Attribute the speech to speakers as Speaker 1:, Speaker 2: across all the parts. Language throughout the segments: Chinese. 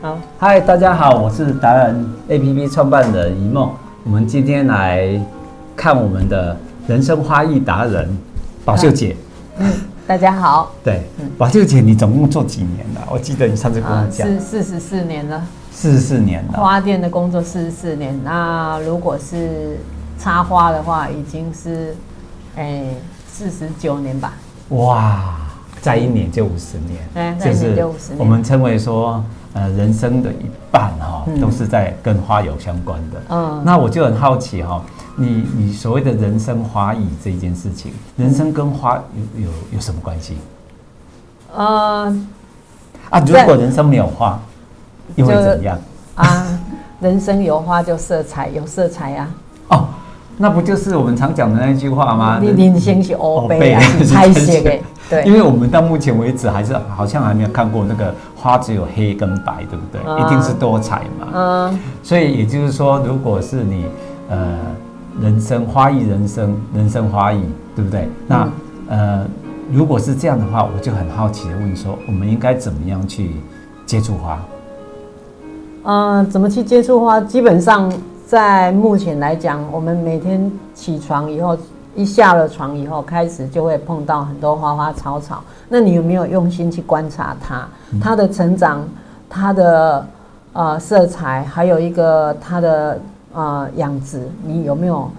Speaker 1: 好，
Speaker 2: 嗨，大家好，我是达人 APP 创办人一梦。我们今天来看我们的人生花艺达人宝秀姐。
Speaker 1: 大家好，
Speaker 2: 对，宝秀姐，你总共做几年了？我记得你上次跟我
Speaker 1: 啊，
Speaker 2: 讲
Speaker 1: 是四十四年了，
Speaker 2: 四十四年了。
Speaker 1: 花店的工作四十四年。那如果是插花的话，已经是哎四十九年吧。
Speaker 2: 哇，再一年就五十年，
Speaker 1: 哎再一年就50年
Speaker 2: 我们称为说，呃，人生的一半哈、
Speaker 1: 嗯
Speaker 2: 都是在跟花有相关的。
Speaker 1: 嗯
Speaker 2: 那我就很好奇哈、你你所谓的人生花艺这一件事情，人生跟花有有有什么关系
Speaker 1: 呃
Speaker 2: 啊？如
Speaker 1: 对
Speaker 2: 果人生没有花，又会怎样？
Speaker 1: 啊，人生有花就色彩，有色彩啊呀、
Speaker 2: 哦，那不就是我们常讲的那句话吗？
Speaker 1: 你
Speaker 2: 人
Speaker 1: 人生是欧杯啊，
Speaker 2: 黑白
Speaker 1: 是拍写的，对，
Speaker 2: 因为我们到目前为止还是好像还没有看过那个花只有黑跟白，对不对？
Speaker 1: 啊
Speaker 2: 一定是多彩嘛。
Speaker 1: 嗯，
Speaker 2: 所以也就是说，如果是你呃人生花艺人生人生花艺，对不对？那、
Speaker 1: 嗯
Speaker 2: 呃如果是这样的话，我就很好奇的问说，我们应该怎么样去接触花？
Speaker 1: 呃，怎么去接触花？基本上在目前来讲，我们每天起床以后，一下了床以后，开始就会碰到很多花花草草。那你有没有用心去观察它？它的成长，它的呃色彩，还有一个它的呃养殖，你有没有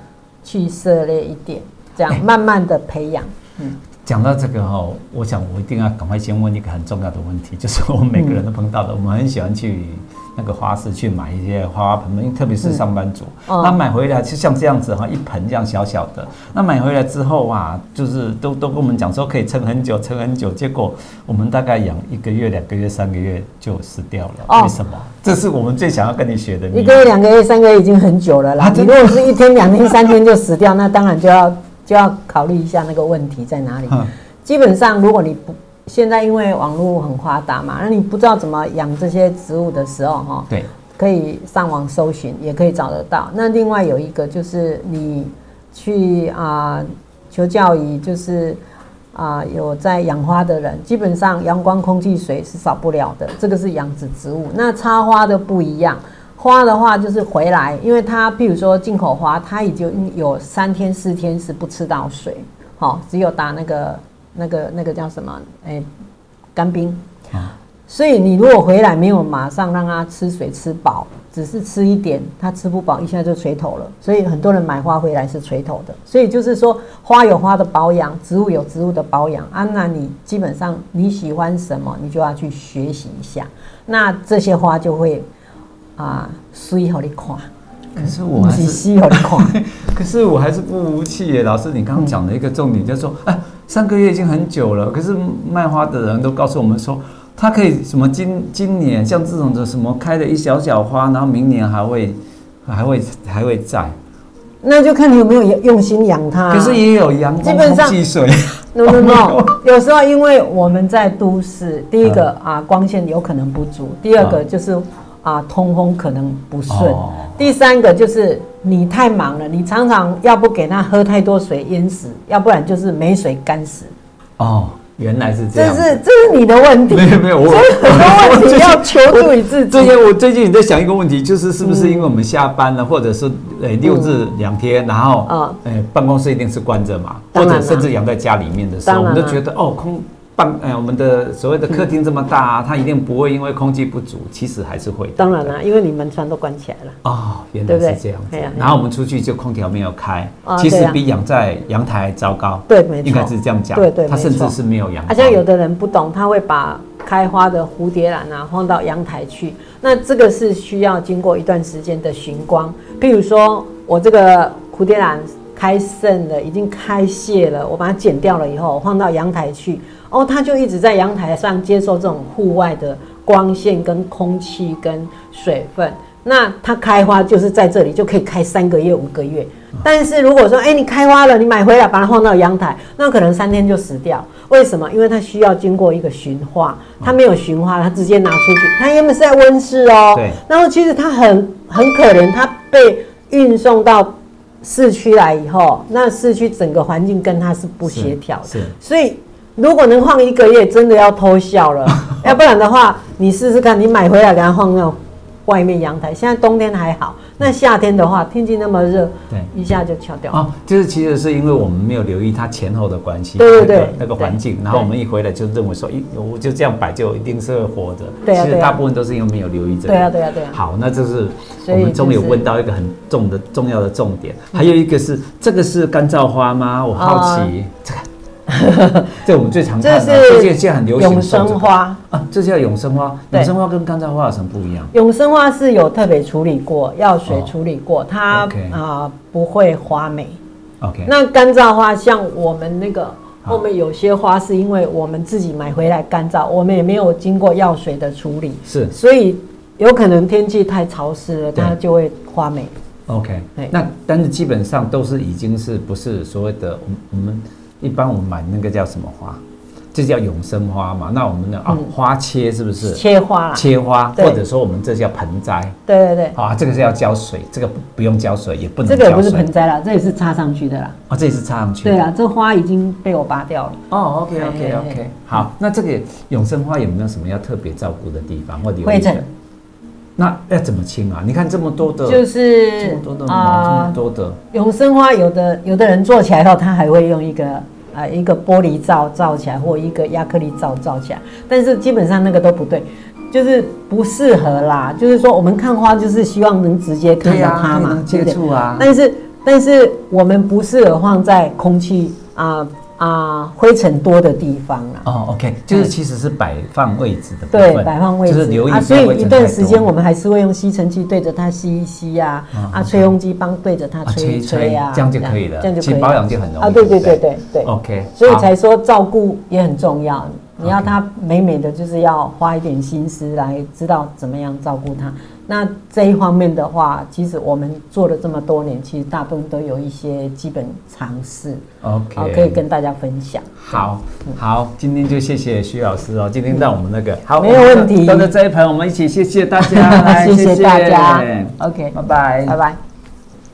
Speaker 1: 去涉猎一点？这样慢慢的培养。
Speaker 2: 讲到这个哈、我想我一定要赶快先问一个很重要的问题， 就是我们每个人都碰到的，我们很喜欢去那个花市去买一些花花盆盆，特别是上班族，
Speaker 1: 嗯
Speaker 2: 那买回来就像这样子哈，一盆这样小小的，那买回来之后啊，就是都都跟我们讲说可以撑很久，撑很久，结果我们大概养一个月、两个月、三个月就死掉了，
Speaker 1: 哦
Speaker 2: 为什么？这是我们最想要跟你学的，
Speaker 1: 一
Speaker 2: 你
Speaker 1: 个月、两个月、三个月已经很久了啦。
Speaker 2: 啊
Speaker 1: 你
Speaker 2: 真
Speaker 1: 如
Speaker 2: 的
Speaker 1: 果是一天、两天、三天就死掉，那当然就要就要考虑一下那个问题在哪里。
Speaker 2: 嗯
Speaker 1: 基本上，如果你不现在因为网络很发达嘛，那你不知道怎么养这些植物的时候，哈，
Speaker 2: 对，
Speaker 1: 可以上网搜寻，也可以找得到。那另外有一个就是你去啊、求教于就是啊、有在养花的人，基本上阳光、空气、水是少不了的，这个是养殖植物。那插花的不一样。花的话就是回来，因为它譬如说进口花，它已经有三天四天是不吃到水，好、只有打那个那个那个叫什么，哎、干冰，所以你如果回来没有马上让它吃水吃饱，只是吃一点，它吃不饱，一下就垂头了。所以很多人买花回来是垂头的。所以就是说，花有花的保养，植物有植物的保养。啊，那你基本上你喜欢什么，你就要去学习一下。那这些花就会啊，水好你看，
Speaker 2: 可是我
Speaker 1: 不
Speaker 2: 还
Speaker 1: 是
Speaker 2: 是
Speaker 1: 西好你看。
Speaker 2: 可是我还是不服气耶，老师，你刚刚讲的一个重点就是说，哎，三个月已经很久了，可是卖花的人都告诉我们说，他可以什么今今年像这种的什么开了一小小花，然后明年还会还会还会在，
Speaker 1: 啊那就看你有没有用心养它、
Speaker 2: 可是也有阳
Speaker 1: 基
Speaker 2: 光、
Speaker 1: 本上
Speaker 2: 空 气、水，
Speaker 1: no no
Speaker 2: Oh,
Speaker 1: no，有 时候因为我们在都
Speaker 2: 嗯
Speaker 1: 市，第一个啊光线有可能不足，第二个就是啊通风可能不顺
Speaker 2: 哦，
Speaker 1: 第三个就是你太忙了，你常常要不给它喝太多水淹死，要不然就是没水干死，
Speaker 2: 哦，原来是这
Speaker 1: 这
Speaker 2: 样。
Speaker 1: 是这是你的问题，
Speaker 2: 没有没 有，我
Speaker 1: 所以很多问题要求助于自
Speaker 2: 最
Speaker 1: 己。
Speaker 2: 近我最近也在想一个问题，就是是不是因为我们下班了，或者是呃六日两天，然后
Speaker 1: 嗯
Speaker 2: 呃办公室一定是关着嘛，
Speaker 1: 当
Speaker 2: 或
Speaker 1: 然啊
Speaker 2: 者甚至养在家里面的时候，
Speaker 1: 当
Speaker 2: 我
Speaker 1: 然啊
Speaker 2: 们
Speaker 1: 啦
Speaker 2: 都觉得哦空办呃我们的所谓的客厅这么大啊，它一定不会因为空气不足，其实还是会的。
Speaker 1: 当然啦、因为你门窗都关起来了。
Speaker 2: 哦，原
Speaker 1: 对不
Speaker 2: 来
Speaker 1: 对
Speaker 2: 是这样子
Speaker 1: 哎呀。
Speaker 2: 然后我们出去就空调没有开
Speaker 1: 啊，
Speaker 2: 其
Speaker 1: 对
Speaker 2: 实
Speaker 1: 啊
Speaker 2: 比养在阳台还糟糕。
Speaker 1: 对没错
Speaker 2: 应该是这样讲。
Speaker 1: 对对
Speaker 2: 它甚
Speaker 1: 没错
Speaker 2: 至是没有阳
Speaker 1: 好
Speaker 2: 光。
Speaker 1: 像有的人不懂，他会把开花的蝴蝶兰啊放到阳台去，那这个是需要经过一段时间的寻光。譬如说我这个蝴蝶兰开盛了，已经开谢了，我把它剪掉了以后，我放到阳台去，哦，它就一直在阳台上接受这种户外的光线、跟空气、跟水分。那它开花就是在这里就可以开三个月、五个月。但是如果说，哎、你开花了，你买回来把它放到阳台，那可能三天就死掉。为什么？因为它需要经过一个循化，它没有循化，它直接拿出去，它原本是在温室哦、
Speaker 2: 对
Speaker 1: 然后其实它很很可怜，它被运送到市区来以后，那市区整个环境跟它是不协调的
Speaker 2: 是是。
Speaker 1: 所以如果能放一个月，真的要偷笑了。 要不然的话，你试试看，你买回来给它放那种外面阳台。现在冬天还好，那夏天的话，天气那么热，
Speaker 2: 对
Speaker 1: 一下就翘掉。
Speaker 2: 哦，就是其实是因为我们没有留意它前后的关系，
Speaker 1: 对对
Speaker 2: 那个
Speaker 1: 对
Speaker 2: 那个环境
Speaker 1: 对，
Speaker 2: 然后我们一回来就认为说，一我就这样摆就一定是会活的。
Speaker 1: 对啊
Speaker 2: 其实
Speaker 1: 对啊
Speaker 2: 大部分都是因为没有留意这个。
Speaker 1: 对啊，对啊，对啊。
Speaker 2: 好，那这是
Speaker 1: 所
Speaker 2: 我
Speaker 1: 以
Speaker 2: 们终于
Speaker 1: 就是
Speaker 2: 问到一个很重的重要的重点，
Speaker 1: 嗯
Speaker 2: 还有一个是这个是干燥花吗？我好奇、这个。 这我们最常看
Speaker 1: 啊这
Speaker 2: 的，最近
Speaker 1: 是
Speaker 2: 现在很流行
Speaker 1: 永
Speaker 2: 种这
Speaker 1: 生
Speaker 2: 个
Speaker 1: 花，
Speaker 2: 啊，这叫永生花。
Speaker 1: 对
Speaker 2: 永生花跟干燥花有什么不一样？
Speaker 1: 永生花是有特别处理过，药水处理过，它啊
Speaker 2: 哦 OK、
Speaker 1: 不会花霉。
Speaker 2: OK，
Speaker 1: 那干燥花像我们那个后面有些花，是因为我们自己买回来干燥，我们也没有经过药水的处理，
Speaker 2: 是
Speaker 1: 所以有可能天气太潮湿了，
Speaker 2: 对
Speaker 1: 它就会花霉。
Speaker 2: OK
Speaker 1: 对。
Speaker 2: 那但是基本上都是已经是不是所谓的我们我们一般我们买那个叫什么花？这叫永生花嘛？那我们的啊
Speaker 1: 嗯
Speaker 2: 花切是不是？
Speaker 1: 切花啦，
Speaker 2: 切花，
Speaker 1: 对
Speaker 2: 或者说我们这叫盆栽
Speaker 1: 对对对，
Speaker 2: 啊，这个是要浇水，这个不不用浇水，也不能
Speaker 1: 这
Speaker 2: 浇
Speaker 1: 个也不
Speaker 2: 水。
Speaker 1: 是盆栽啦，这也是插上去的啦。
Speaker 2: 哦，这也是插上去。
Speaker 1: 对。啊，这花已经被我拔掉了。
Speaker 2: 哦，OK OK
Speaker 1: 嘿嘿嘿
Speaker 2: OK，好，那这个永生花有没有什么要特别照顾的地方或留意的
Speaker 1: 灰尘？
Speaker 2: 那要怎么清啊？你看这么多的，
Speaker 1: 就
Speaker 2: 这
Speaker 1: 是呃
Speaker 2: 么多的毛，这么多的，
Speaker 1: 永生花有的有的人做起来后，他还会用一个啊一个玻璃罩罩起来，或一个亚克力罩罩起来，但是基本上那个都不对，就是不适合啦。就是说我们看花就是希望能直接看
Speaker 2: 对
Speaker 1: 到
Speaker 2: 呀，
Speaker 1: 它
Speaker 2: 可以
Speaker 1: 嘛，
Speaker 2: 能
Speaker 1: 对
Speaker 2: 接
Speaker 1: 不对？
Speaker 2: 触啊。
Speaker 1: 但是但是我们不适合放在空气啊啊灰尘多的地方啦。
Speaker 2: 哦，OK，就是其实是摆放位置的部分，
Speaker 1: 对，摆放位置
Speaker 2: 就是留意
Speaker 1: 啊，
Speaker 2: 不
Speaker 1: 所
Speaker 2: 要
Speaker 1: 以
Speaker 2: 灰
Speaker 1: 一
Speaker 2: 尘
Speaker 1: 段
Speaker 2: 太
Speaker 1: 时
Speaker 2: 多
Speaker 1: 间我们还是会用吸尘器对着它吸一吸呀、
Speaker 2: 嗯
Speaker 1: 啊，
Speaker 2: 嗯
Speaker 1: 吹风机帮对着它
Speaker 2: 啊
Speaker 1: 吹
Speaker 2: 吹
Speaker 1: 一
Speaker 2: 一
Speaker 1: 吹
Speaker 2: 吹
Speaker 1: 呀、啊，
Speaker 2: 这样就可以了，
Speaker 1: 这样就
Speaker 2: 其
Speaker 1: 可
Speaker 2: 实
Speaker 1: 以
Speaker 2: 保
Speaker 1: 了
Speaker 2: 养就很容易
Speaker 1: 啊，对对
Speaker 2: 不
Speaker 1: 对对对
Speaker 2: OK，
Speaker 1: 所以
Speaker 2: 好
Speaker 1: 才说照顾也很重要，你要它美美的，就是要花一点心思来知道怎么样照顾它。那这一方面的话，其实我们做了这么多年，其实大部分都有一些基本常识，啊，
Speaker 2: OK，
Speaker 1: 可以跟大家分享。
Speaker 2: 好好，今天就谢谢徐老师哦，今天让我们那个好，
Speaker 1: 没有问题
Speaker 2: 端着这一盆，我们一起谢谢大家，来
Speaker 1: 谢谢大家
Speaker 2: 谢
Speaker 1: ，OK，
Speaker 2: 拜拜，
Speaker 1: 拜。拜。